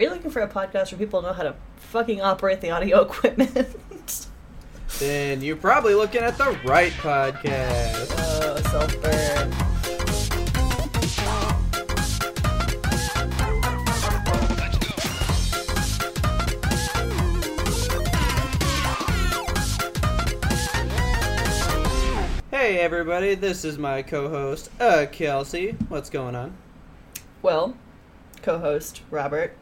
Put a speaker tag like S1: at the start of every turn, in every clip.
S1: Are you looking for a podcast where people know how to fucking operate the audio equipment?
S2: Then you're probably looking at the right podcast.
S1: oh, self burn.
S2: Hey everybody, this is my co-host, uh, Kelsey. What's going on?
S1: Well, co host Robert,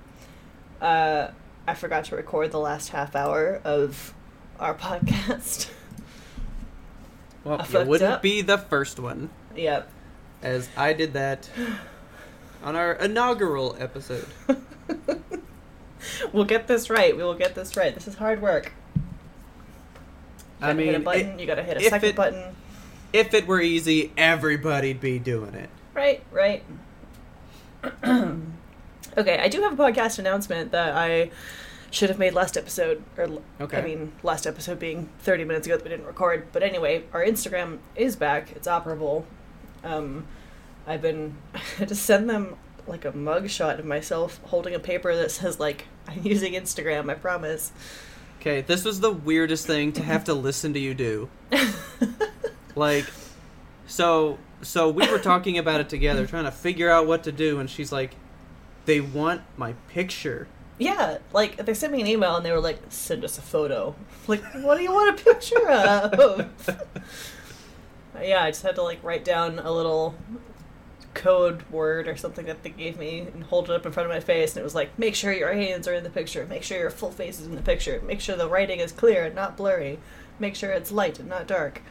S1: uh, I forgot to record the last half hour of our podcast.
S2: Well,
S1: I
S2: you
S1: fucked
S2: wouldn't
S1: up.
S2: be the first one,
S1: yep.
S2: as I did that on our inaugural episode.
S1: We'll get this right. We will get this right. This is hard work. You
S2: I
S1: gotta hit a
S2: mean,
S1: button,
S2: i-
S1: you gotta hit a
S2: if
S1: second
S2: it-
S1: button.
S2: if it were easy, everybody'd be doing it.
S1: Right, right. okay, I do have a podcast announcement that I should have made last episode, or l-
S2: Okay.
S1: I mean, last episode being 30 minutes ago that we didn't record. But anyway, our Instagram is back. It's operable. Um, I've been I had to send them like a mugshot of myself holding a paper that says like I'm using Instagram. I promise.
S2: Okay, this was the weirdest thing to have to listen to you do. like, so so we were talking about it together, trying to figure out what to do, and she's like, "They want my picture."
S1: Yeah, like they sent me an email and they were like, "Send us a photo." Like, what do you want a picture of? yeah, I just had to like write down a little code word or something that they gave me and hold it up in front of my face, and it was like, "Make sure your hands are in the picture. Make sure your full face is in the picture. Make sure the writing is clear and not blurry. Make sure it's light and not dark."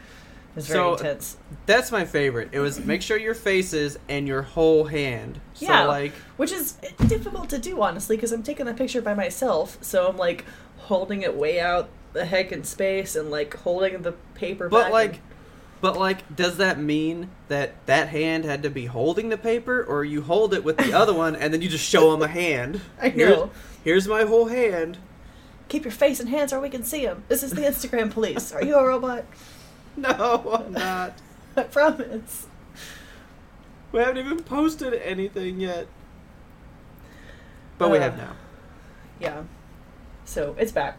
S1: It's very
S2: So-
S1: intense.
S2: That's my favorite. It was make sure your faces and your whole hand. So
S1: Yeah.
S2: like
S1: which is difficult to do honestly because i'm taking the picture by myself so i'm like holding it way out the heck in space and like holding the paper
S2: but
S1: back
S2: like but like does that mean that that hand had to be holding the paper or you hold it with the other one and then you just show them a hand?
S1: I
S2: Here's,
S1: know.
S2: here's my whole hand.
S1: and keep your face and hands or we can see them this is the instagram police are you a robot
S2: No, I'm not.
S1: i promise
S2: We haven't even posted anything yet. But we
S1: Uh,
S2: have now.
S1: yeah so it's back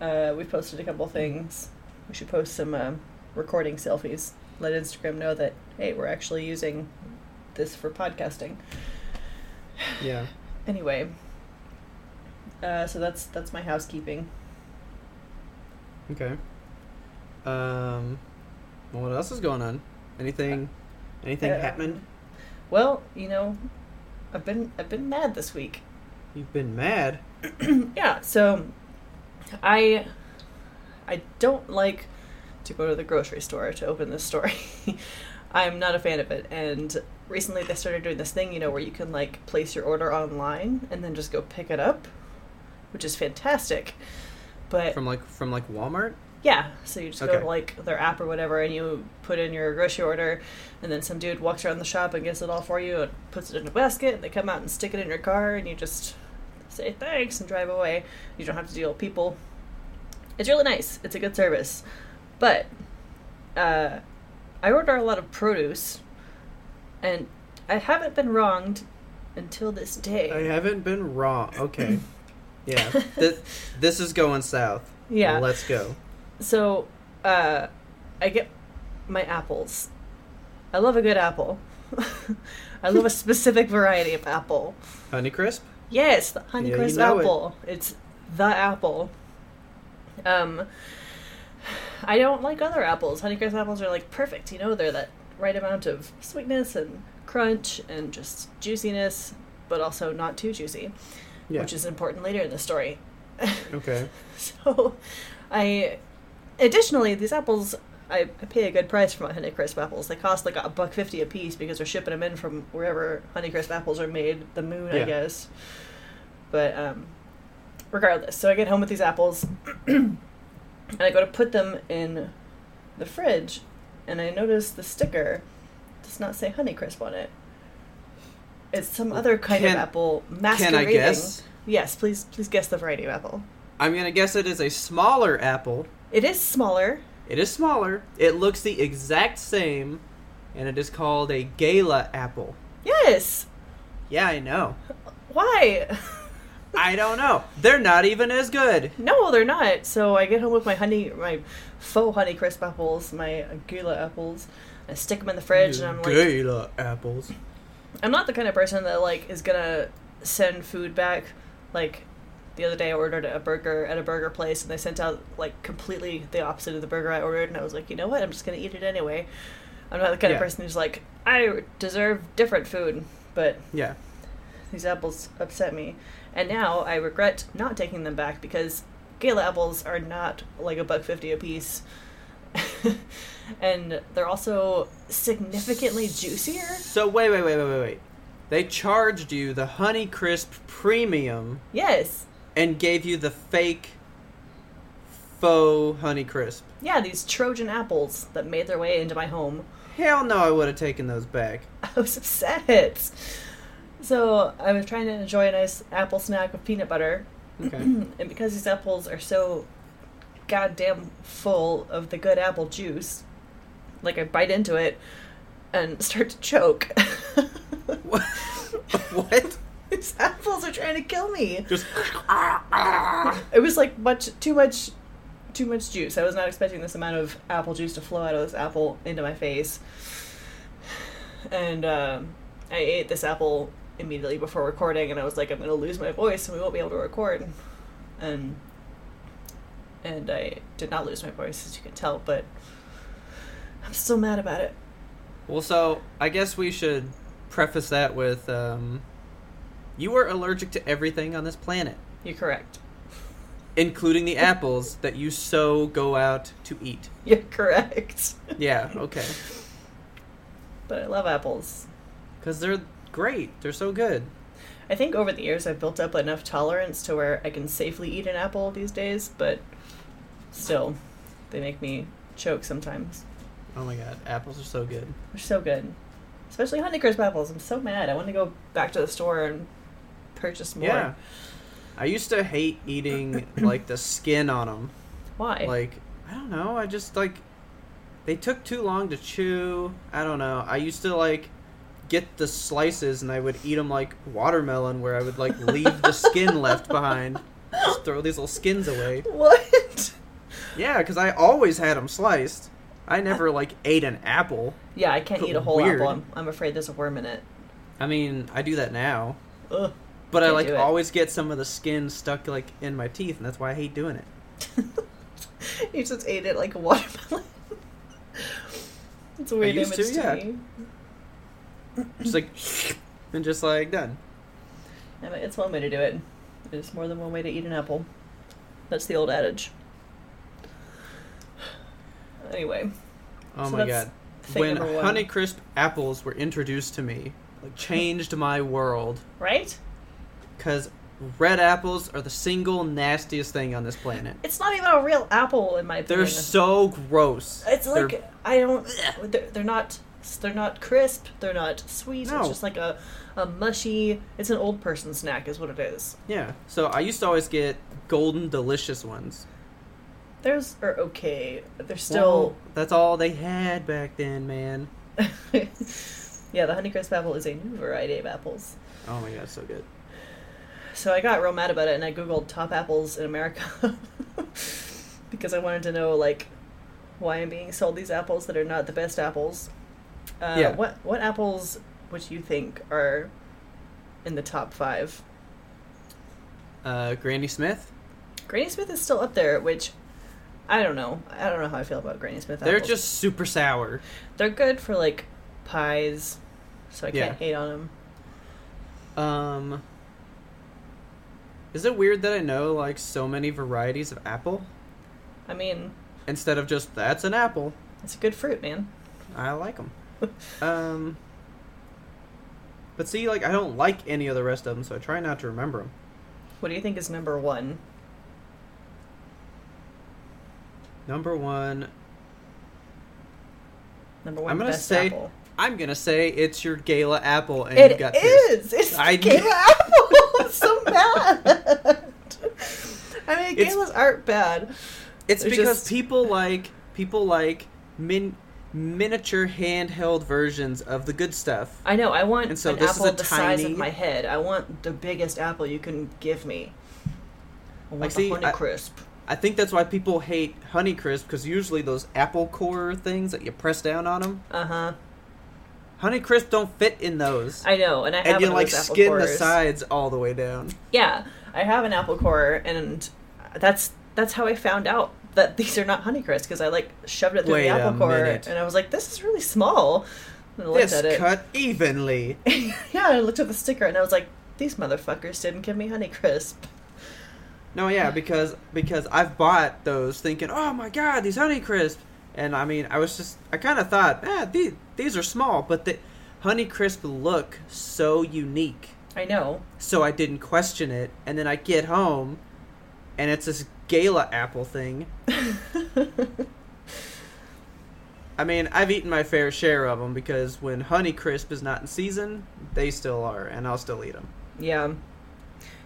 S1: uh, we posted a couple things we should post some um recording selfies let instagram know that hey we're actually using this for podcasting
S2: Yeah.
S1: anyway uh, so that's that's my housekeeping
S2: Okay. Um well, what else is going on? Anything anything
S1: Uh,
S2: happened?
S1: Well, you know, I've been I've been mad this week.
S2: You've been mad.
S1: Yeah, so I I don't like to go to the grocery store to open this story. I'm not a fan of it. And recently they started doing this thing, you know, where you can like place your order online and then just go pick it up, which is fantastic. But
S2: From like from like Walmart?
S1: Yeah, so you just go
S2: Okay.
S1: to like their app or whatever, and you put in your grocery order, and then some dude walks around the shop and gets it all for you and puts it in a basket. And they come out and stick it in your car, and you just say thanks and drive away. You don't have to deal with people. It's really nice. It's a good service, but uh, I order a lot of produce, and I haven't been wronged until this day.
S2: I haven't been wrong. Okay. Yeah. This, this is going south.
S1: Yeah.
S2: Let's go.
S1: So, uh, I get my apples. I love a good apple. I love a specific variety of apple.
S2: Honeycrisp?
S1: Yes, the Honeycrisp
S2: you know it.
S1: apple. It's the apple. Um, I don't like other apples. Honeycrisp apples are like perfect. You know, they're that right amount of sweetness and crunch and just juiciness, but also not too juicy,
S2: Yeah.
S1: which is important later in the story.
S2: okay.
S1: So, I additionally these apples I, I pay a good price for my Honeycrisp apples. They cost like a buck fifty a piece because they're shipping them in from wherever Honeycrisp apples are made, the moon,
S2: Yeah.
S1: I guess. But um, regardless, so I get home with these apples, and I go to put them in the fridge, and I notice the sticker does not say Honeycrisp on it. It's some other kind
S2: Can-
S1: of apple
S2: Can
S1: masquerading.
S2: I guess?
S1: Yes, please, please guess the variety of apple.
S2: I'm gonna guess it is a smaller apple.
S1: It is smaller.
S2: It is smaller. It looks the exact same, and it is called a gala apple.
S1: Yes.
S2: Yeah, I know.
S1: Why?
S2: I don't know. They're not even as good.
S1: No, they're not. So I get home with my honey, my faux honey crisp apples, my gula apples. I stick them in the fridge, and I'm like,
S2: gala apples.
S1: I'm not the kind of person that like is gonna send food back. Like the other day, I ordered a burger at a burger place, and they sent out like completely the opposite of the burger I ordered, and I was like, you know what? I'm just gonna eat it anyway. I'm not the kind
S2: Yeah.
S1: of person who's like, I deserve different food, but
S2: Yeah.
S1: these apples upset me, and now I regret not taking them back because gala apples are not like a buck fifty a piece, and they're also significantly juicier.
S2: So wait, wait, wait, wait, wait, wait. They charged you the Honeycrisp premium
S1: Yes,
S2: and gave you the fake faux Honeycrisp.
S1: yeah, these Trojan apples that made their way into my home.
S2: Hell no, I would have taken those back.
S1: I was upset. So I was trying to enjoy a nice apple snack with peanut butter,
S2: Okay.
S1: and because these apples are so goddamn full of the good apple juice, like I bite into it and start to choke.
S2: what? what?
S1: these apples are trying to kill me.
S2: Just
S1: It was like much too much too much juice. I was not expecting this amount of apple juice to flow out of this apple into my face. And um, I ate this apple immediately before recording, and I was like, I'm going to lose my voice, and we won't be able to record. And and I did not lose my voice, as you can tell, but I'm still mad about it.
S2: Well, so I guess we should preface that with um, you were allergic to everything on this planet,
S1: You're correct.
S2: including the apples that you so go out to eat.
S1: You're correct.
S2: Yeah, okay.
S1: but I love apples.
S2: Because they're great, they're so good.
S1: I think over the years I've built up enough tolerance to where I can safely eat an apple these days, but still, they make me choke sometimes.
S2: Oh my god, apples are so good.
S1: They're so good. Especially Honeycrisp apples. I'm so mad. I want to go back to the store and purchase more.
S2: Yeah. I used to hate eating, like, the skin on them.
S1: Why?
S2: Like, I don't know, I just, like, they took too long to chew. I don't know. I used to, like, get the slices and I would eat them like watermelon, where I would, like, leave the skin left behind. Just throw these little skins away.
S1: what?
S2: Yeah, because I always had them sliced. I never, like, ate an apple.
S1: yeah, I can't eat a whole
S2: Weird.
S1: apple. I'm, I'm afraid there's a worm in it.
S2: I mean, I do that now.
S1: Ugh.
S2: But I
S1: Can't
S2: like
S1: do it.
S2: always get some of the skin stuck like in my teeth, and that's why I hate doing it.
S1: you just ate it like a watermelon. it's a weird
S2: used
S1: image
S2: to,
S1: to,
S2: yeah.
S1: me.
S2: Just like, and just like done.
S1: I mean, it's one way to do it. There's more than one way to eat an apple. That's the old adage. Anyway,
S2: Oh
S1: So
S2: my
S1: that's
S2: god!
S1: thing
S2: When
S1: number one.
S2: Honeycrisp apples were introduced to me, like changed my world
S1: right?
S2: because red apples are the single nastiest thing on this planet.
S1: It's not even a real apple in my opinion.
S2: They're so gross.
S1: it's
S2: They're-
S1: like I don't. They're, they're not. They're not crisp. They're not sweet.
S2: No.
S1: It's just like a, a mushy. It's an old person snack, is what it is.
S2: yeah. So I used to always get golden delicious ones.
S1: Those are okay. but They're still.
S2: Well, that's all they had back then, man.
S1: yeah, the Honeycrisp apple is a new variety of apples.
S2: Oh my god, so good.
S1: So I got real mad about it, and I googled top apples in America because I wanted to know like why I'm being sold these apples that are not the best apples. Uh,
S2: Yeah.
S1: What what apples would you think are in the top five?
S2: Uh, Granny Smith.
S1: Granny Smith is still up there, which I don't know. I don't know how I feel about Granny Smith.
S2: They're
S1: apples.
S2: just super sour.
S1: they're good for like pies, so I can't
S2: Yeah.
S1: hate on them.
S2: Um, is it weird that I know like so many varieties of apple
S1: I mean,
S2: instead of just that's an apple?
S1: it's a good fruit, man.
S2: I like them. um, but see, like I don't like any of the rest of them, so I try not to remember them.
S1: What do you think is number one?
S2: Number one,
S1: Number one
S2: I'm gonna
S1: best
S2: say-
S1: apple.
S2: I'm gonna say it's your Gala apple, and you
S1: It
S2: got this.
S1: is. It's
S2: I-
S1: Gala apple. I'm so mad. I mean,
S2: It's-
S1: Galas aren't bad.
S2: It's
S1: They're
S2: because
S1: just-
S2: people like people like min miniature handheld versions of the good stuff.
S1: I know. I want
S2: And so
S1: an
S2: this is
S1: apple
S2: a
S1: the size
S2: tiny-
S1: of my head. I want the biggest apple you can give me. I want
S2: Like,
S1: the
S2: see, I-
S1: Honeycrisp.
S2: I think that's why people hate Honeycrisp because usually those apple core things that you press down on them,
S1: Uh huh.
S2: Honeycrisp don't fit in those,
S1: I know, and I have
S2: and you
S1: one
S2: like
S1: of those apple
S2: skin the
S1: cores.
S2: sides all the way down.
S1: Yeah, I have an apple core, and that's that's how I found out that these are not Honeycrisp because I like shoved it through
S2: Wait
S1: the
S2: a
S1: apple core,
S2: minute.
S1: and I was like, "This is really small." And I looked
S2: This
S1: at it.
S2: cut evenly.
S1: yeah, I looked at the sticker, and I was like, "These motherfuckers didn't give me Honeycrisp."
S2: No, yeah, because because I've bought those thinking, oh my god, these Honeycrisp, and I mean, I was just, I kind of thought, ah, these these are small, but the Honeycrisp look so unique,
S1: I know.
S2: so I didn't question it, and then I get home, and it's this Gala apple thing. I mean, I've eaten my fair share of them because when Honeycrisp is not in season, they still are, and I'll still eat them.
S1: Yeah.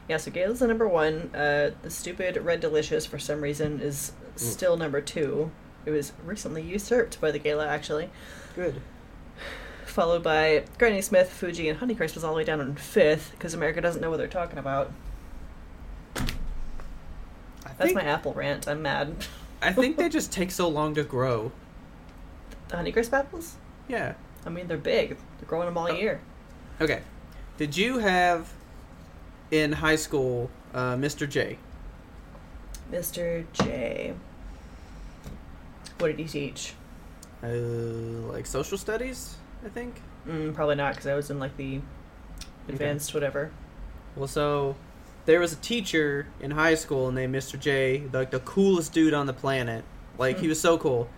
S1: Yeah, so Gala's the number one. Uh, the stupid Red Delicious, for some reason, is still number two. It was recently usurped by the Gala, actually.
S2: Good.
S1: Followed by Granny Smith, Fuji, and Honeycrisp was all the way down in fifth, because America doesn't know what they're talking about.
S2: I
S1: That's
S2: think,
S1: my apple rant. I'm mad.
S2: I think they just take so long to grow.
S1: The Honeycrisp apples?
S2: Yeah.
S1: I mean, they're big. They're growing them all
S2: Oh.
S1: year.
S2: Okay. Did you have in high school uh, Mr. J?
S1: Mr. J. What did he teach?
S2: Uh, like social studies, I think.
S1: Mm, probably not, because I was in, like, the advanced whatever.
S2: Well, so there was a teacher in high school named Mr. J, like the coolest dude on the planet. Like he was so cool.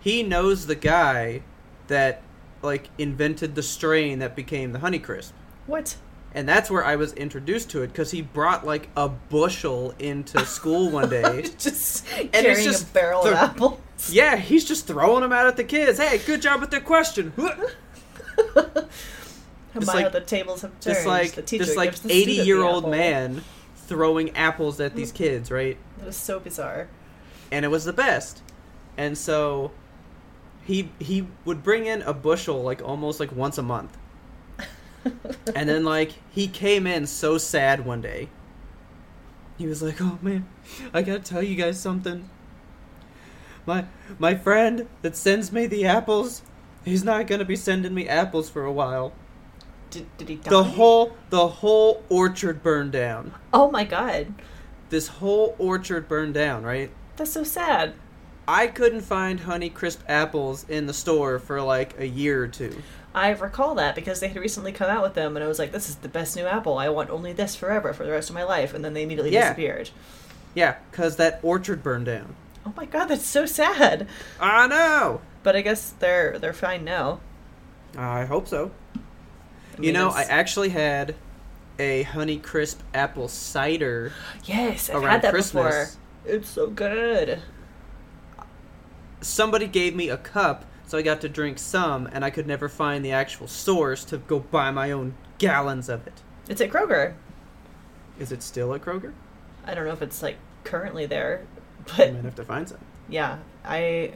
S2: He knows the guy that like invented the strain that became the Honeycrisp.
S1: What?
S2: And that's where I was introduced to it because he brought like a bushel into school one day.
S1: just
S2: it's
S1: carrying a
S2: just
S1: barrel
S2: the-
S1: of apples.
S2: Yeah, he's just throwing them out at the kids. Hey, good job with their question.
S1: Just
S2: like-
S1: like, the tables have turned.
S2: Just like
S1: the teacher
S2: just like
S1: gives the student
S2: eighty
S1: the
S2: year old
S1: apple.
S2: man throwing apples at these kids, right?
S1: It was so bizarre.
S2: And it was the best. And so he he would bring in a bushel like almost like once a month. and then like he came in so sad one day. He was like, "Oh man, I gotta tell you guys something. My my friend that sends me the apples, he's not gonna be sending me apples for a while.
S1: Did, did he die?
S2: The whole the whole orchard burned down.
S1: Oh my god,
S2: This whole orchard burned down, right?
S1: that's so sad.
S2: I couldn't find Honeycrisp apples in the store for like a year or two.
S1: I recall that because they had recently come out with them, and I was like, "This is the best new apple. I want only this forever for the rest of my life." And then they immediately
S2: Yeah.
S1: disappeared.
S2: Yeah, cause that orchard burned down.
S1: Oh my god, that's so sad.
S2: I know.
S1: But I guess they're they're fine now.
S2: I hope so.
S1: I
S2: you
S1: mean,
S2: know, I
S1: it's-
S2: actually had a Honeycrisp apple cider
S1: yes, I've
S2: around
S1: had that
S2: Christmas.
S1: before. It's so good.
S2: Somebody gave me a cup, so I got to drink some, and I could never find the actual source to go buy my own gallons of it.
S1: It's at Kroger.
S2: Is it still at Kroger?
S1: I don't know if it's like currently there,
S2: I
S1: but
S2: might have to find some.
S1: yeah, I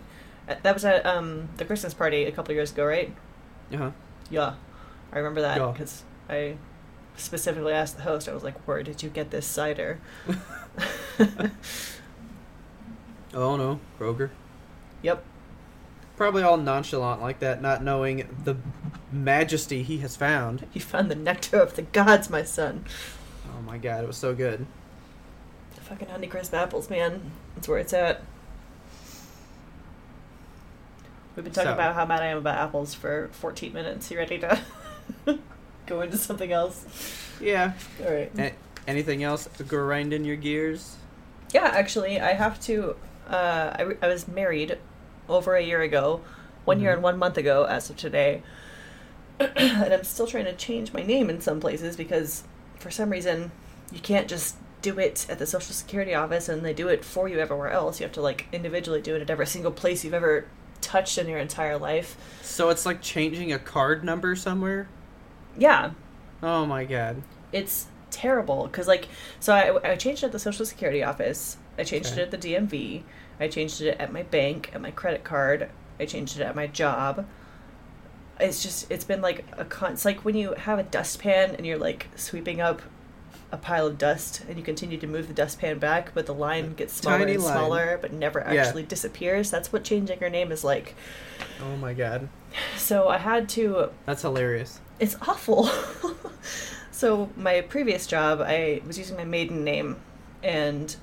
S1: uh, that was at um the Christmas party a couple years ago, right?
S2: Uh huh.
S1: Yeah, I remember that
S2: Yeah.
S1: because I specifically asked the host. I was like, "Where did you get this cider?"
S2: Oh no, Kroger.
S1: yep.
S2: Probably all nonchalant like that, not knowing the majesty he has found.
S1: You found the nectar of the gods, my son.
S2: Oh my god, it was so good.
S1: The fucking Honeycrisp apples, man. That's where it's at. We've been talking
S2: So-
S1: about how mad I am about apples for 14 minutes. You ready to go into something else?
S2: Yeah.
S1: All right.
S2: A- anything else grinding your gears?
S1: Yeah, actually, I have to. Uh, I, I was married over a year ago, one year
S2: Mhm.
S1: and one month ago, as of today. and I'm still trying to change my name in some places because for some reason you can't just do it at the Social Security office and they do it for you everywhere else. You have to like individually do it at every single place you've ever touched in your entire life.
S2: So it's like changing a card number somewhere.
S1: Yeah,
S2: Oh my god.
S1: it's terrible because like so I, I changed it at the social security office i changed
S2: Okay.
S1: it at the dmv i changed it at my bank at my credit card i changed it at my job it's just it's been like a con it's like when you have a dustpan and you're like sweeping up a pile of dust and you continue to move the dustpan back but the line gets smaller
S2: Tiny
S1: and
S2: line.
S1: smaller but never
S2: Yeah.
S1: actually disappears that's what changing your name is like
S2: Oh my god.
S1: so i had to
S2: That's hilarious.
S1: it's awful. so my previous job, I was using my maiden name, and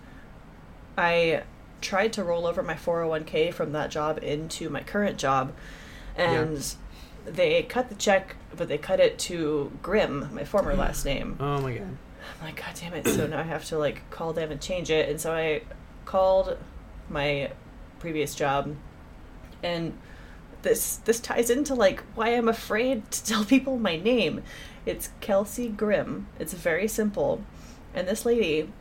S1: I tried to roll over my 401k from that job into my current job, and they cut the check, but they cut it to Grimm, my former last name.
S2: Oh my god.
S1: I'm like, God damn it! So now I have to like call them and change it, and so I called my previous job, and this this ties into like why I'm afraid to tell people my name. It's Kelsey Grimm. It's very simple, and this lady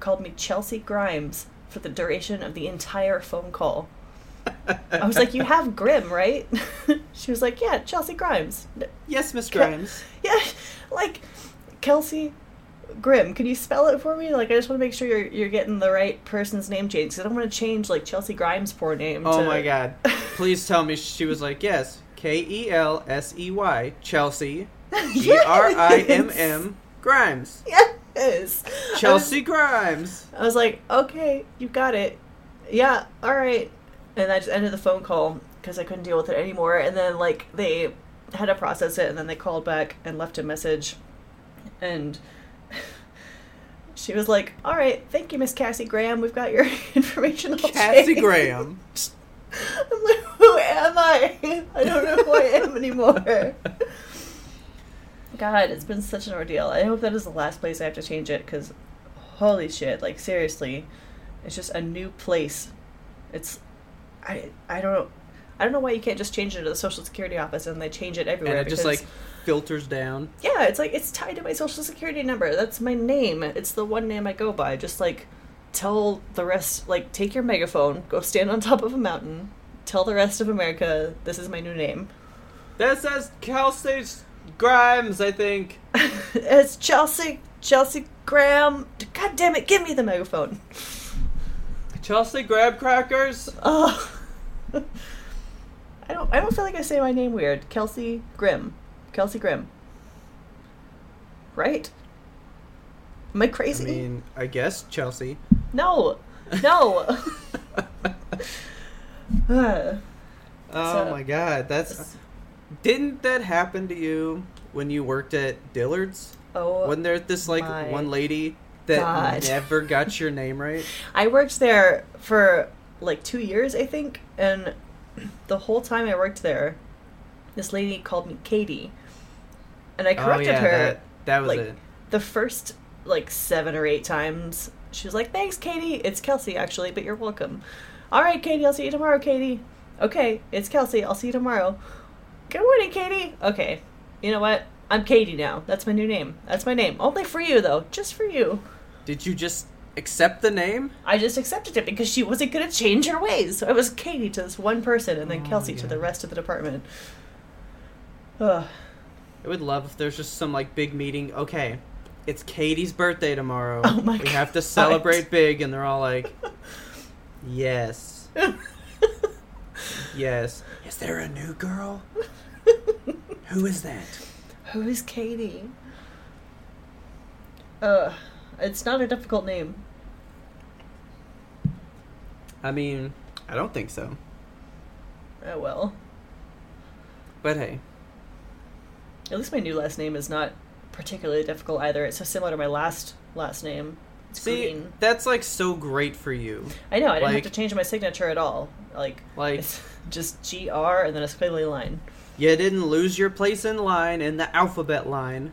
S1: called me Chelsea Grimes for the duration of the entire phone call. I was like, "You have Grimm, right?" she was like, "Yeah, Chelsea Grimes."
S2: Yes, Miss Grimes.
S1: Yeah, like Kelsey Grimm. Can you spell it for me? Like, I just want to make sure you're you're getting the right person's name changed. 'cause I don't want to change like Chelsea Grimes' poor name.
S2: Oh
S1: to-
S2: my god. Please tell me she was like, yes, K E L S E Y, Chelsea, G
S1: Yes!
S2: R I M M, Grimes.
S1: Yes.
S2: Chelsea Grimes.
S1: I was, I was like, okay, you got it. Yeah. All right. And I just ended the phone call because I couldn't deal with it anymore. And then like they had to process it, and then they called back and left a message, and. She was like, "All right, thank you, Miss Cassie Graham. We've got your information all
S2: Cassie
S1: changed."
S2: Graham.
S1: I'm like, who am I? I don't know who I am anymore. God, it's been such an ordeal. I hope that is the last place I have to change it because holy shit, like seriously, it's just a new place. It's I I don't I don't know why you can't just change it to the social security office and they change it
S2: And
S1: everywhere.
S2: it just
S1: because-
S2: like filters down.
S1: yeah, it's like it's tied to my social security number. That's my name. It's the one name I go by. Just like tell the rest like take your megaphone, go stand on top of a mountain, tell the rest of America this is my new name.
S2: That says Kelsey Grimes, I think.
S1: it's Chelsea Chelsea Graham. God damn it, give me the megaphone.
S2: Chelsea Graham Crackers.
S1: Oh. I don't I don't feel like I say my name weird. Kelsey Grimm. Kelsey Grimm. Right? Am I
S2: I
S1: crazy?
S2: mean, I guess Chelsea.
S1: No. No. Uh,
S2: Oh
S1: So-
S2: my god, that's didn't that happen to you when you worked at Dillard's?
S1: oh,
S2: Wasn't there this like
S1: my
S2: one lady that
S1: God.
S2: never got your name right?
S1: I worked there for like two years, I think, and the whole time I worked there, this lady called me Katie, and I corrected her
S2: Oh, that, that was
S1: like,
S2: it.
S1: the first like seven or eight times. She was like, "Thanks, Katie. It's Kelsey, actually, but you're welcome." All right, Katie. I'll see you tomorrow, Katie. Okay, it's Kelsey. I'll see you tomorrow. Good morning, Katie. Okay, you know what? I'm Katie now. That's my new name. That's my name. Only for you, though. Just for you.
S2: Did you just accept the name?
S1: I just accepted it because she wasn't going to change her ways. So I was Katie to this one person and then
S2: Oh my
S1: Kelsey to the
S2: God.
S1: rest of the department. Ugh.
S2: I would love if there's just some like big meeting. Okay, it's Katie's birthday tomorrow.
S1: Oh my
S2: we have to
S1: God.
S2: celebrate big, and they're all like, "Yes, yes." Is there a new girl? Who is that?
S1: Who is Katie? Ugh. It's not a difficult name.
S2: I mean, I don't think so.
S1: Oh well.
S2: But hey,
S1: At least my new last name is not particularly difficult either. It's so similar to my last last name. It's
S2: see,
S1: green.
S2: that's like so great for you.
S1: I know, I didn't
S2: like-
S1: have to change my signature at all. Like,
S2: Like-
S1: it's just G R and then a squiggly line.
S2: You didn't lose your place in line in the alphabet line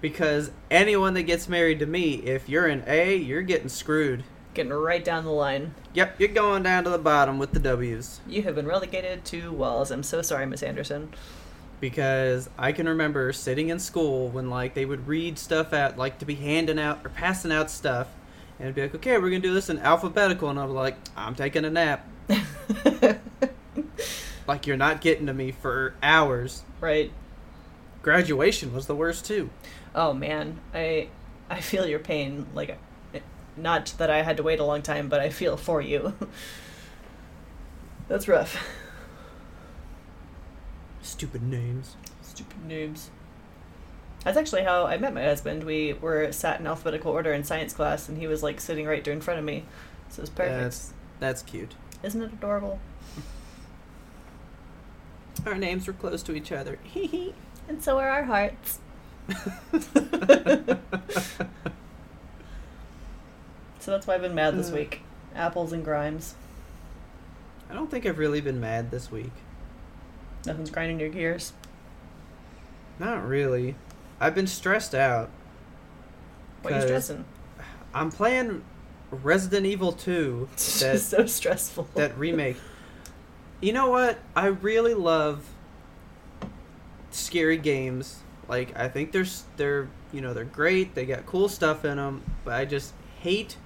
S2: because anyone that gets married to me, if you're an A, you're getting screwed.
S1: Getting right down the line.
S2: Yep, you're going down to the bottom with the W's
S1: You have been relegated to walls. I'm so sorry, Miss Anderson.
S2: because I can remember sitting in school when like they would read stuff out, like to be handing out or passing out stuff, and it'd be like, okay, we're gonna do this in alphabetical, and I'm like, I'm taking a nap. Like you're not getting to me for hours.
S1: right.
S2: Graduation was the worst too.
S1: Oh man, I I feel your pain. Like, not that I had to wait a long time, but I feel for you. That's rough.
S2: Stupid names.
S1: Stupid noobs. That's actually how I met my husband. We were sat in alphabetical order in science class, and he was like sitting right there in front of me. So it's perfect.
S2: That's that's cute.
S1: Isn't it adorable?
S2: Our names were close to each other.
S1: And so are our hearts. So that's why I've been mad this
S2: Uh.
S1: week. Apples and grimes.
S2: I don't think I've really been mad this week.
S1: Nothing's grinding your gears.
S2: Not really. I've been stressed out.
S1: What are you
S2: 'Cause
S1: stressing?
S2: I'm playing Resident Evil 2,
S1: It's
S2: that,
S1: just so stressful.
S2: that remake. You know what? I really love scary games. Like I think they're s- they're you know they're great. They got cool stuff in them, but I just hate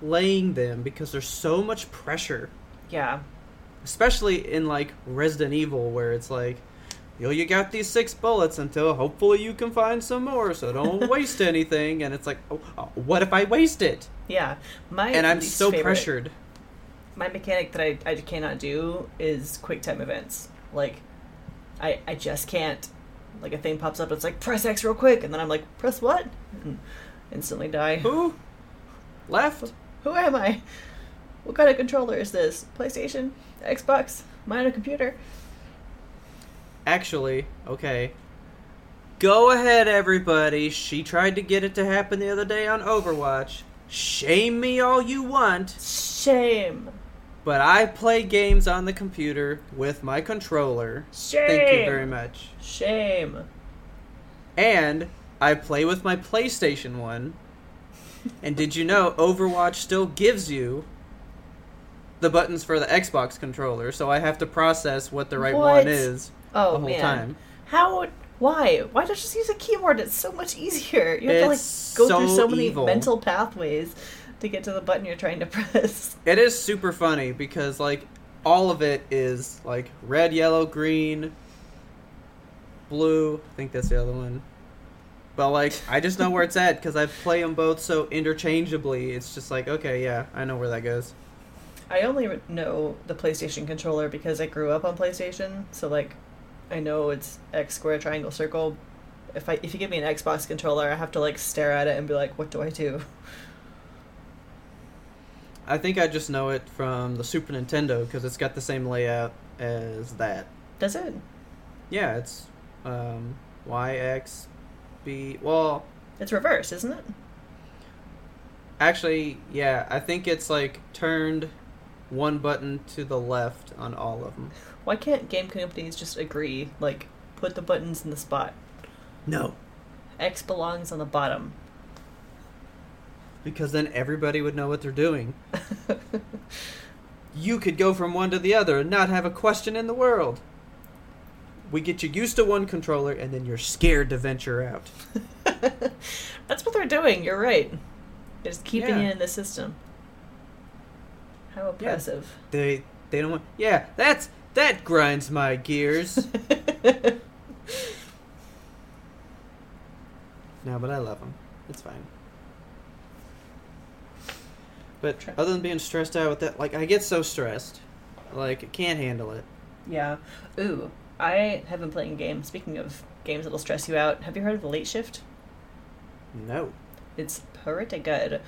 S2: playing them because there's so much pressure.
S1: yeah.
S2: especially in like Resident Evil, where it's like, yo, you got these six bullets until hopefully you can find some more, so don't waste anything. And it's like, oh, oh, what if I waste it?
S1: Yeah. My
S2: And I'm
S1: least
S2: so
S1: favorite-
S2: pressured.
S1: My mechanic that I, I cannot do is quick time events. Like, I, I just can't. Like, a thing pops up, it's like, press X real quick. And then I'm like, press what? And instantly die.
S2: Who? Left?
S1: Who am I? What kind of controller is this? PlayStation? Xbox? Mine a computer?
S2: Actually, okay. Go ahead, everybody. She tried to get it to happen the other day on Overwatch. Shame me all you want,
S1: Shame.
S2: but I play games on the computer with my controller.
S1: Shame.
S2: Thank you very much.
S1: Shame.
S2: And I play with my PlayStation 1. And did you know Overwatch still gives you the buttons for the Xbox controller, so I have to process what the right
S1: What?
S2: one is
S1: Oh
S2: the whole
S1: man.
S2: time.
S1: How? would- Why? Why don't you just use a keyboard? It's so much easier. You have
S2: It's
S1: to like go through
S2: so
S1: so many
S2: evil.
S1: mental pathways to get to the button you're trying to press.
S2: It is super funny because like all of it is like red, yellow, green, blue. I think that's the other one. But like I just know where it's at because I play them both so interchangeably. It's just like okay, yeah, I know where that goes.
S1: I only re- know the PlayStation controller because I grew up on PlayStation, so like, I know it's X square triangle circle. If I if you give me an Xbox controller, I have to like stare at it and be like, what do I do?
S2: I think I just know it from the Super Nintendo because it's got the same layout as that.
S1: Does it?
S2: Yeah, it's um, Y X B. Well,
S1: It's reverse, isn't it?
S2: actually, yeah, I think it's like turned one button to the left on all of them.
S1: Why can't game companies just agree? Like, put the buttons in the spot.
S2: No,
S1: X belongs on the bottom.
S2: because then everybody would know what they're doing. you could go from one to the other and not have a question in the world. We get you used to one controller, and then you're scared to venture out.
S1: That's what they're doing. You're right. They're just keeping
S2: Yeah.
S1: it in the system. How oppressive.
S2: They they don't want. Yeah, that's that grinds my gears. no, but I love them. It's fine. But
S1: Try-
S2: other than being stressed out with that, like I get so stressed, like I can't handle it.
S1: Yeah. Ooh, I have been playing games. Speaking of games that'll stress you out, have you heard of The Late Shift?
S2: No.
S1: It's pretty good.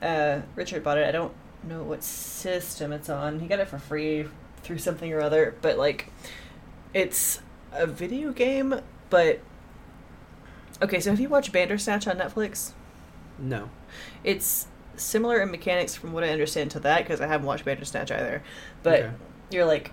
S1: Uh, Richard bought it. I don't know what system it's on. He got it for free through something or other, but like, it's a video game, but. Okay, so have you watched Bandersnatch on Netflix?
S2: No.
S1: It's similar in mechanics from what I understand to that because I haven't watched Bandersnatch either. But
S2: Okay.
S1: you're like,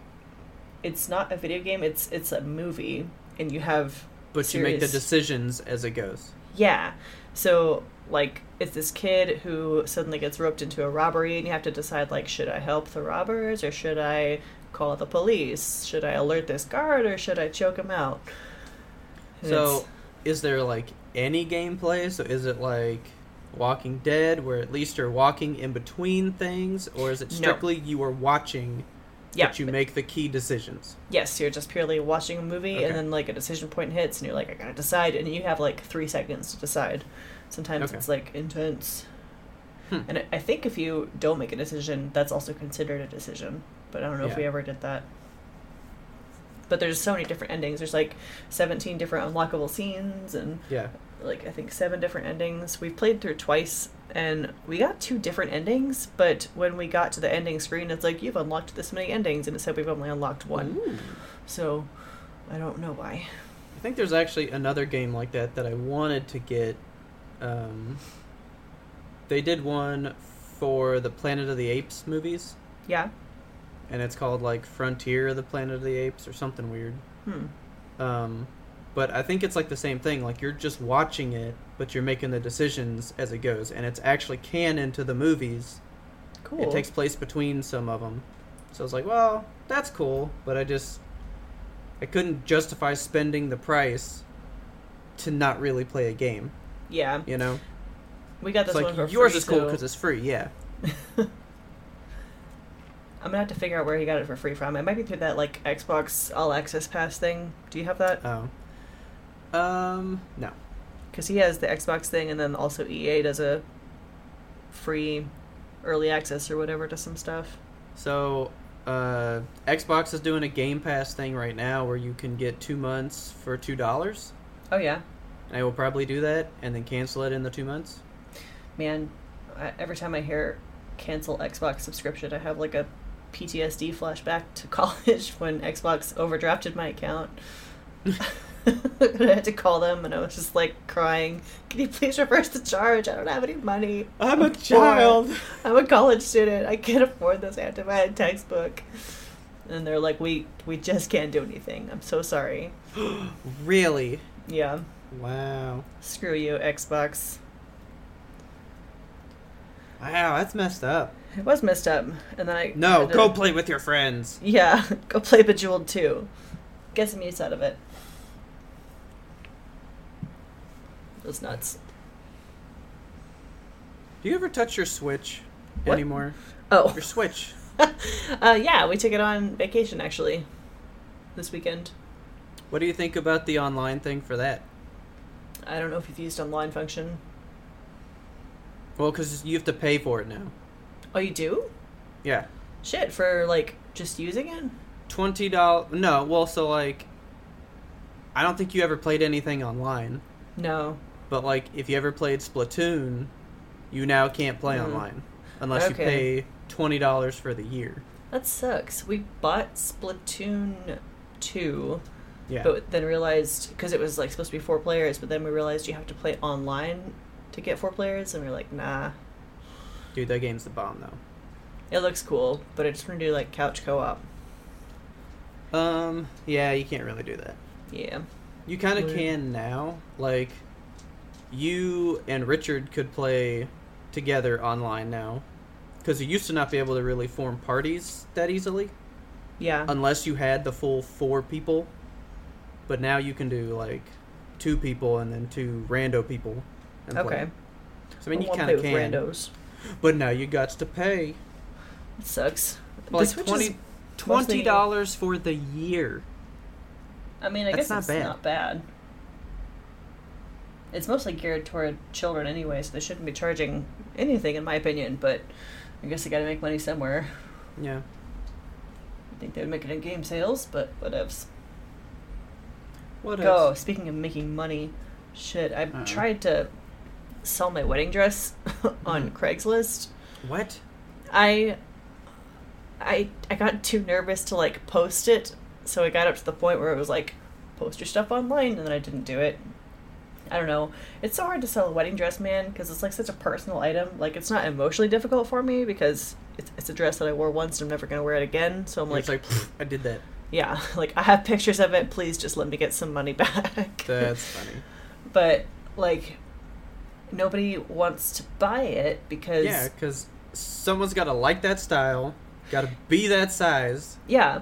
S1: it's not a video game. It's it's a movie, and you have
S2: But you make the
S1: serious-
S2: decisions as it goes.
S1: yeah. So like it's this kid who suddenly gets roped into a robbery and you have to decide like should I help the robbers or should I call the police? Should I alert this guard or should I choke him out?
S2: So, is there like any gameplay? So, is it like Walking Dead, where at least you're walking in between things, or is it
S1: No.
S2: strictly you are watching
S1: yeah,
S2: but you make the key decisions?
S1: yes, you're just purely watching a movie,
S2: Okay.
S1: and then like a decision point hits, and you're like, I gotta decide, and you have like three seconds to decide. Sometimes
S2: Okay.
S1: it's like intense,
S2: Hmm.
S1: and I- I think if you don't make a decision, that's also considered a decision. But I don't know if
S2: Yeah.
S1: we ever did that. But there's so many different endings. There's like 17 different unlockable scenes, and
S2: Yeah.
S1: like I think seven different endings. We've played through twice and we got two different endings, but when we got to the ending screen it's like you've unlocked this many endings and it said we've only unlocked one.
S2: Ooh.
S1: So I don't know why.
S2: I think there's actually another game like that that I wanted to get. Um, they did one for the Planet of the Apes movies,
S1: Yeah.
S2: and it's called like Frontier of the Planet of the Apes or something weird.
S1: Hmm.
S2: Um, but I think it's like the same thing. Like you're just watching it, but you're making the decisions as it goes, and it's actually canon to the movies.
S1: Cool.
S2: It takes place between some of them. So I was like, well, that's cool, but I just I couldn't justify spending the price to not really play a game.
S1: Yeah.
S2: You know,
S1: We got
S2: it's
S1: this
S2: like
S1: one for
S2: yours
S1: free,
S2: is cool
S1: so
S2: because it's free. Yeah,
S1: I'm gonna have to figure out where he got it for free from. It might be through that like Xbox All Access Pass thing. Do you have that?
S2: um, um, no,
S1: Because he has the Xbox thing, and then also EA does a free early access or whatever to some stuff.
S2: So, uh, Xbox is doing a Game Pass thing right now where you can get two months for two dollars.
S1: Oh yeah,
S2: And I will probably do that and then cancel it in the two months.
S1: man I, every time i hear cancel xbox subscription i have like a ptsd flashback to college when xbox overdrafted my account and i had to call them and i was just like crying can you please reverse the charge i don't have any money
S2: I'm a
S1: poor. i'm a college student i can't afford this i have to buy a textbook and they're like we we just can't do anything i'm so sorry
S2: Really?
S1: yeah
S2: Wow.
S1: screw you xbox
S2: Wow, that's messed up.
S1: it was messed up and then i
S2: No,
S1: had to-
S2: go play with your friends.
S1: Yeah, go play Bejeweled too. Get some use out of it. Those nuts.
S2: Do you ever touch your Switch
S1: What?
S2: anymore?
S1: Oh,
S2: Your Switch.
S1: uh, yeah, we took it on vacation actually this weekend.
S2: What do you think about the online thing for that?
S1: I don't know if you've used online function.
S2: Well, because you have to pay for it now.
S1: Oh, you do?
S2: Yeah.
S1: Shit, for like just using it?
S2: twenty dollars. No, well, so like, I don't think you ever played anything online,
S1: No.
S2: but like, if you ever played Splatoon, you now can't play
S1: Mhm.
S2: online unless you
S1: Okay.
S2: pay twenty dollars for the year.
S1: That sucks. We bought Splatoon 2,
S2: Yeah,
S1: but then realized, because it was like supposed to be four players, but then we realized you have to play online to get four players, and we were like, nah,
S2: dude, that game's the bomb though.
S1: It looks cool, but I just want to do like couch co-op.
S2: Um, yeah, you can't really do that.
S1: Yeah.
S2: You kind of
S1: Weird.
S2: can now. Like, you and Richard could play together online now. Because you used to not be able to really form parties that easily.
S1: Yeah.
S2: unless you had the full four people. But now you can do like two people and then two rando people. And play.
S1: okay.
S2: So I mean, you
S1: won't
S2: kind
S1: play
S2: of
S1: with
S2: can,
S1: randos.
S2: but now you got to pay
S1: It sucks. The
S2: like
S1: Switch
S2: twenty
S1: is-
S2: twenty dollars for the year.
S1: I mean, I
S2: That's
S1: guess
S2: not
S1: it's
S2: bad.
S1: not bad. It's mostly geared toward children anyway, so they shouldn't be charging anything, in my opinion. But I guess they got to make money somewhere.
S2: Yeah.
S1: I think they would make it in game sales, but whatevs.
S2: What Uh-huh.
S1: Go.
S2: else?
S1: Speaking of making money, shit, I
S2: Uh-oh.
S1: tried to sell my wedding dress on
S2: Mhm.
S1: Craigslist.
S2: What?
S1: I I I got too nervous to like post it, so I got up to the point where it was like post your stuff online and then I didn't do it. I don't know. It's so hard to sell a wedding dress, man, because it's like such a personal item. Like it's not emotionally difficult for me because it's, it's a dress that I wore once and I'm never gonna wear it again. So I'm
S2: It's
S1: like,
S2: like "Pfft, I did that.
S1: yeah, like I have pictures of it. Please just let me get some money back.
S2: That's funny.
S1: but like nobody wants to buy it because
S2: Yeah, because someone's got to like that style, got to be that size.
S1: yeah.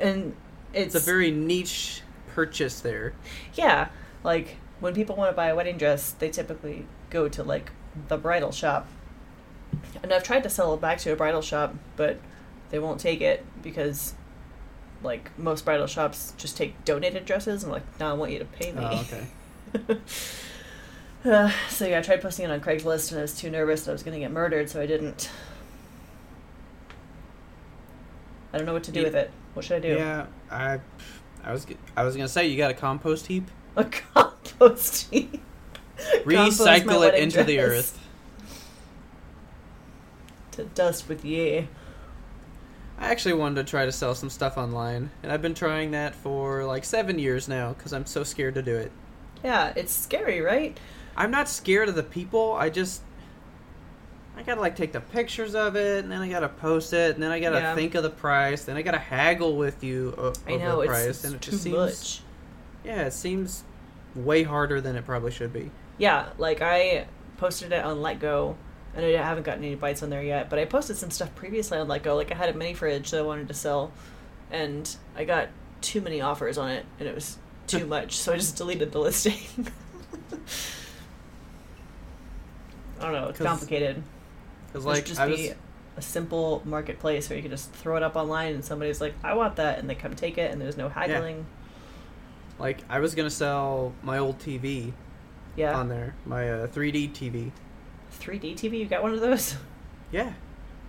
S1: and it's,
S2: It's a very niche purchase there.
S1: Yeah. Like when people want to buy a wedding dress, they typically go to like the bridal shop. And I've tried to sell it back to a bridal shop, but they won't take it because like most bridal shops just take donated dresses and like, no, I want you to pay me.
S2: Oh, okay.
S1: Uh, so yeah, I tried posting it on Craigslist, and I was too nervous that I was going to get murdered, so I didn't. I don't know what to do
S2: Ye-
S1: with it. What should I do?
S2: Yeah, I, I was, g- I was gonna say you got a compost heap.
S1: A compost heap. Compost my
S2: Recycle it
S1: wedding
S2: into the
S1: dress
S2: earth.
S1: to dust with ye.
S2: I actually wanted to try to sell some stuff online, and I've been trying that for like seven years now because I'm so scared to do it.
S1: Yeah, it's scary, right?
S2: I'm not scared of the people. I just I gotta like take the pictures of it, and then I gotta post it, and then I gotta
S1: Yeah.
S2: think of the price, then I gotta haggle with you o-
S1: I
S2: over
S1: know
S2: the
S1: it's,
S2: price,
S1: it's
S2: and it
S1: too
S2: just seems
S1: much.
S2: yeah, it seems way harder than it probably should be.
S1: Yeah, like I posted it on Let Go, and I haven't gotten any bites on there yet. But I posted some stuff previously on Let Go. Like I had a mini fridge that I wanted to sell, and I got too many offers on it, and it was too much. So I just deleted the listing. I don't know. It's
S2: 'Cause,
S1: complicated.
S2: Because
S1: There should
S2: like
S1: just
S2: I was,
S1: be a simple marketplace where you can just throw it up online, and somebody's like, "I want that," and they come take it, and there's no haggling.
S2: like I was gonna sell my old TV
S1: Yeah,
S2: on there, my uh, 3D TV.
S1: 3D TV. You got one of those? of
S2: Yeah,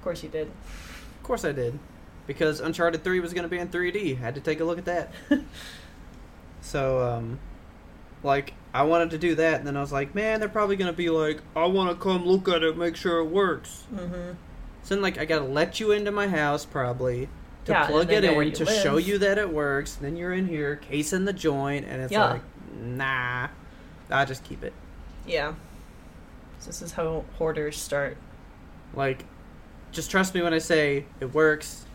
S1: course you did.
S2: of course I did, because Uncharted 3 was gonna be in 3D. Had to take a look at that. So, um, like, I wanted to do that, and then I was like, man, they're probably gonna be like, I wanna come look at it, make sure it works.
S1: mm-hmm.
S2: So then, like, I gotta let you into my house, probably, to
S1: Yeah, and
S2: plug
S1: they
S2: it
S1: know where
S2: in,
S1: you
S2: to show
S1: live.
S2: you that it works, and then you're in here, casing the joint, and it's
S1: Yeah.
S2: like, nah, I just keep it.
S1: Yeah. This is how hoarders start.
S2: Like, just trust me when I say it works,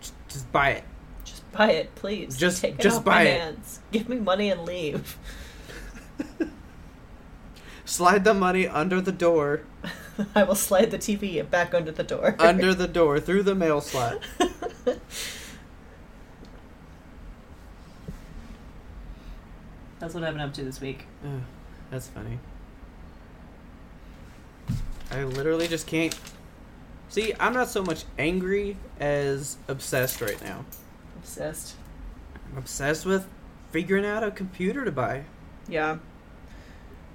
S2: just, just buy it.
S1: Just buy it, please.
S2: Just-
S1: take it
S2: just
S1: off
S2: buy
S1: my
S2: it.
S1: hands. Give me money and leave.
S2: Slide the money under the door,
S1: I will slide the TV back under the door.
S2: under the door, through the mail slot.
S1: That's what I've been up to this week.
S2: Ugh, that's funny. I literally just can't. See, I'm not so much angry as obsessed right now.
S1: Obsessed.
S2: I'm obsessed with figuring out a computer to buy.
S1: Yeah.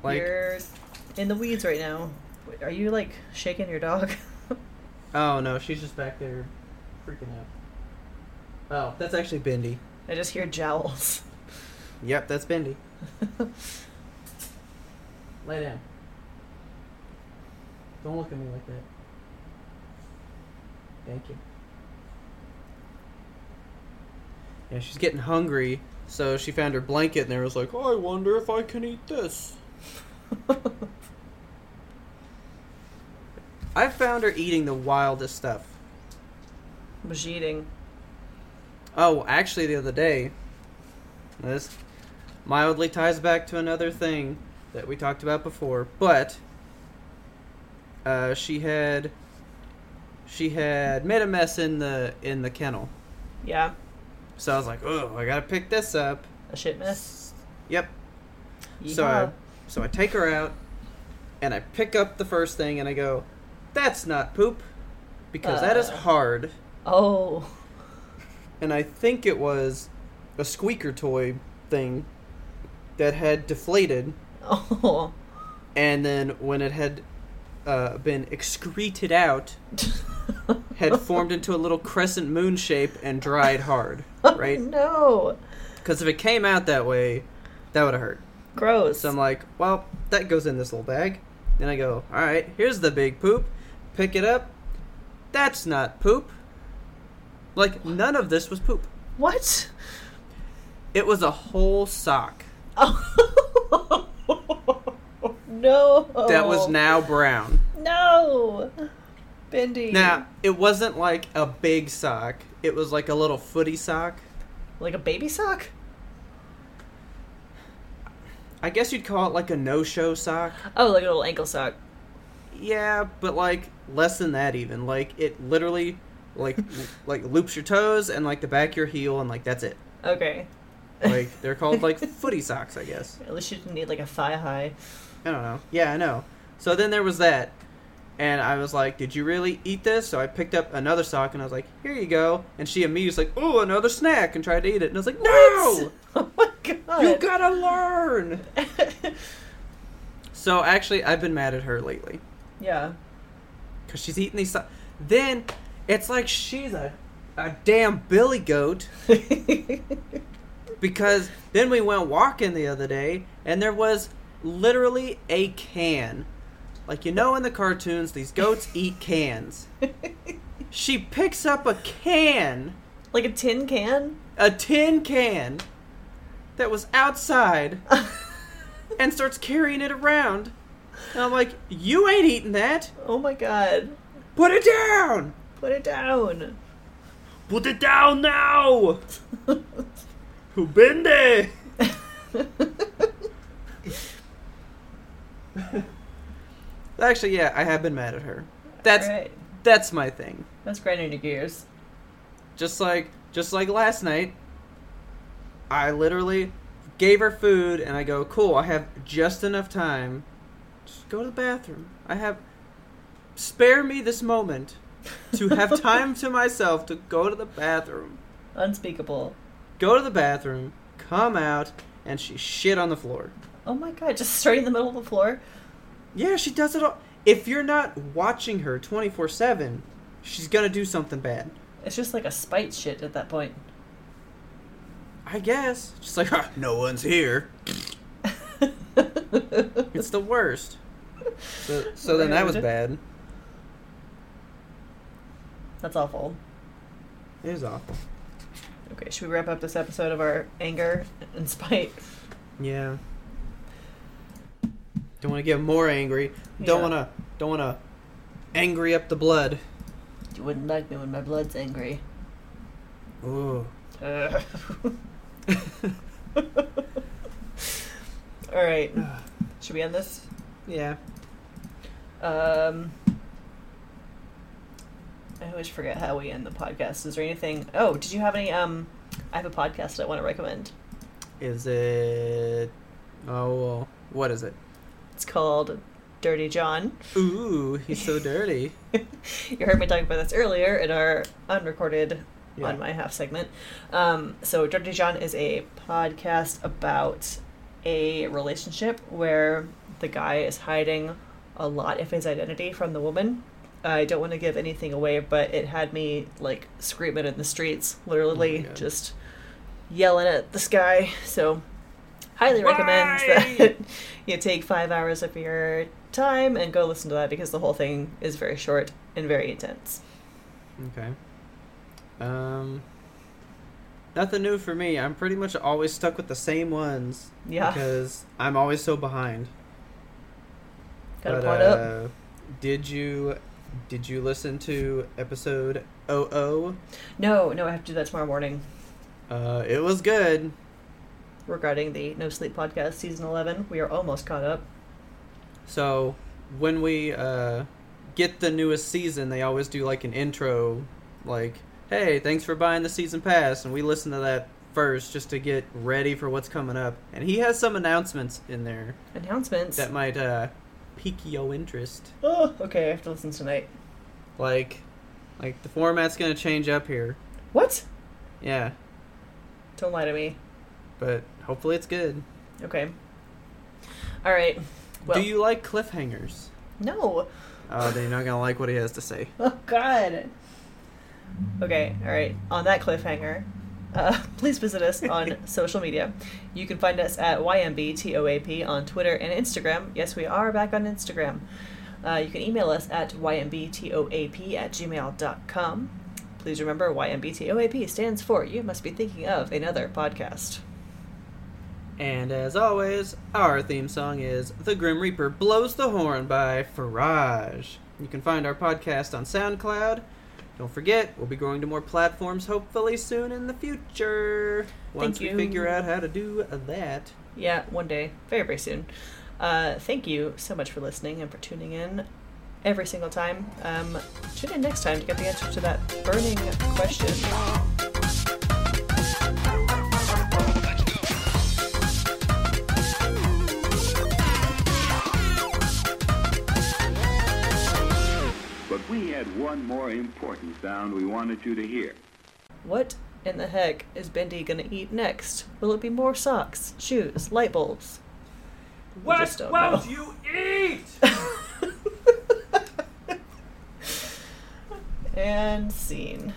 S2: Like,
S1: You're in the weeds right now. Are you like shaking your dog?
S2: oh no, she's just back there freaking out. Oh, that's actually Bendy.
S1: I just hear jowls.
S2: Yep, that's Bendy. Lay down. Don't look at me like that. Thank you. Yeah, she's getting hungry, so she found her blanket and there was like, "Oh, I wonder if I can eat this. I found her eating the wildest stuff.
S1: Was she eating?
S2: Oh, actually, the other day, this mildly ties back to another thing that we talked about before, but uh, she had she had made a mess in the in the kennel,
S1: Yeah.
S2: so I was like, oh, I gotta pick this up.
S1: A shit mess.
S2: Yep. So I,
S1: Yeehaw.
S2: so I take her out, and I pick up the first thing, and I go, that's not poop, because that is
S1: Uh.
S2: hard.
S1: Oh.
S2: and I think it was a squeaker toy thing that had deflated,
S1: Oh.
S2: and then when it had uh, been excreted out, had formed into a little crescent moon shape and dried hard, right?
S1: no.
S2: Because if it came out that way, that would have hurt.
S1: Gross.
S2: So I'm like, well, that goes in this little bag. Then I go, all right, here's the big poop. Pick it up. That's not poop. Like, none of this was poop.
S1: what?
S2: It was a whole sock.
S1: Oh. no.
S2: that was now brown.
S1: No. Bendy.
S2: Now, it wasn't like a big sock. It was like a little footy sock.
S1: Like a baby sock?
S2: I guess you'd call it like a no-show sock.
S1: Oh, like a little ankle sock.
S2: Yeah, but like less than that even. Like it literally like l- like loops your toes and like the back of your heel and like that's it.
S1: Okay.
S2: Like they're called like footy socks, I guess.
S1: At least you didn't need like a thigh high.
S2: I don't know. Yeah, I know. So then there was that, and I was like, "Did you really eat this?" So I picked up another sock and I was like, "Here you go." And she immediately was like, "Oh, another snack," and tried to eat it, and I was like, "No,
S1: Oh my god.
S2: you gotta learn." So actually, I've been mad at her lately
S1: yeah.
S2: because she's eating these. So- then it's like she's a a damn billy goat. because then we went walking the other day and there was literally a can like you know in the cartoons these goats eat cans she picks up a can
S1: like a tin can?
S2: a tin can that was outside and starts carrying it around and i'm like you ain't eating that
S1: oh my god.
S2: put it down
S1: Put it down.
S2: put it down now who been there Actually, yeah, I have been mad at her. That's
S1: Alright.
S2: that's my thing.
S1: That's grinding your gears.
S2: Just like just like last night, I literally gave her food and I go, "Cool, I have just enough time. Just go to the bathroom. I have spare me this moment to have time to myself to go to the bathroom.
S1: Unspeakable.
S2: Go to the bathroom, come out, and she shit on the floor."
S1: Oh my god, just straight in the middle of the floor?
S2: Yeah, she does it all. If you're not watching her 24/7, she's going to do something bad.
S1: It's just like a spite shit at that point.
S2: I guess. Just like, "Ah, no one's here. It's the worst. So, so then that was
S1: Rude.
S2: bad.
S1: That's awful.
S2: It was awful.
S1: Okay, should we wrap up this episode of our anger and spite?
S2: Yeah. Don't want to get more angry. Don't
S1: Yeah.
S2: want to. Don't want to. Angry up the blood.
S1: You wouldn't like me when my blood's angry.
S2: Ooh.
S1: All right. Should we end this?
S2: yeah.
S1: Um, I always forget how we end the podcast. Is there anything? Oh, did you have any? Um, I have a podcast I want to recommend.
S2: Is it? Oh, well, what is it?
S1: It's called Dirty John.
S2: Ooh, he's so dirty.
S1: you heard me talking about this earlier in our unrecorded
S2: Yeah.
S1: on my half segment. Um, so Dirty John is a podcast about a relationship where the guy is hiding a lot of his identity from the woman. I don't want to give anything away, but it had me like screaming in the streets, literally
S2: Oh God.
S1: just yelling at the sky. So highly
S2: Why?
S1: recommend that you take five hours of your time and go listen to that because the whole thing is very short and very intense.
S2: Okay. Um. Nothing new for me. I'm pretty much always stuck with the same ones.
S1: Yeah.
S2: Because I'm always so behind.
S1: Gotta
S2: But,
S1: point up.
S2: uh, Did you did you listen to episode 00?
S1: No, no, I have to do that tomorrow morning
S2: Uh, it was good.
S1: regarding the No Sleep podcast season 11. We are almost caught up.
S2: So when we uh, get the newest season, they always do like an intro, like "Hey, thanks for buying the season pass," and we listen to that first just to get ready for what's coming up. And he has some announcements in there
S1: Announcements.
S2: that might uh, pique your interest.
S1: oh, okay, I have to listen tonight.
S2: Like, like the format's gonna change up here.
S1: What?
S2: Yeah,
S1: Don't lie to me.
S2: but hopefully it's good.
S1: Okay. All right. Well,
S2: Do you like cliffhangers?
S1: No.
S2: Oh, then you're not gonna like what he has to say.
S1: Oh, God. Okay, all right. On that cliffhanger, uh, please visit us on social media. You can find us at YMBTOAP on Twitter and Instagram. Yes, we are back on Instagram. Uh, you can email us at YMBTOAP at gmail.com. Please remember YMBTOAP stands for You Must Be Thinking of Another Podcast.
S2: And as always, our theme song is The Grim Reaper Blows the Horn by Farage. You can find our podcast on SoundCloud. Don't forget, we'll be going to more platforms hopefully soon in the future. Once
S1: you.
S2: we figure out how to do that.
S1: Yeah, one day, very, very soon. Uh, thank you so much for listening and for tuning in every single time. Um, tune in next time to get the answer to that burning question.
S3: Let's go. But we had one more important sound we wanted you to hear.
S1: What in the heck is Bendy gonna eat next? Will it be more socks, shoes, light bulbs? We just don't know.
S2: you eat?
S1: And scene.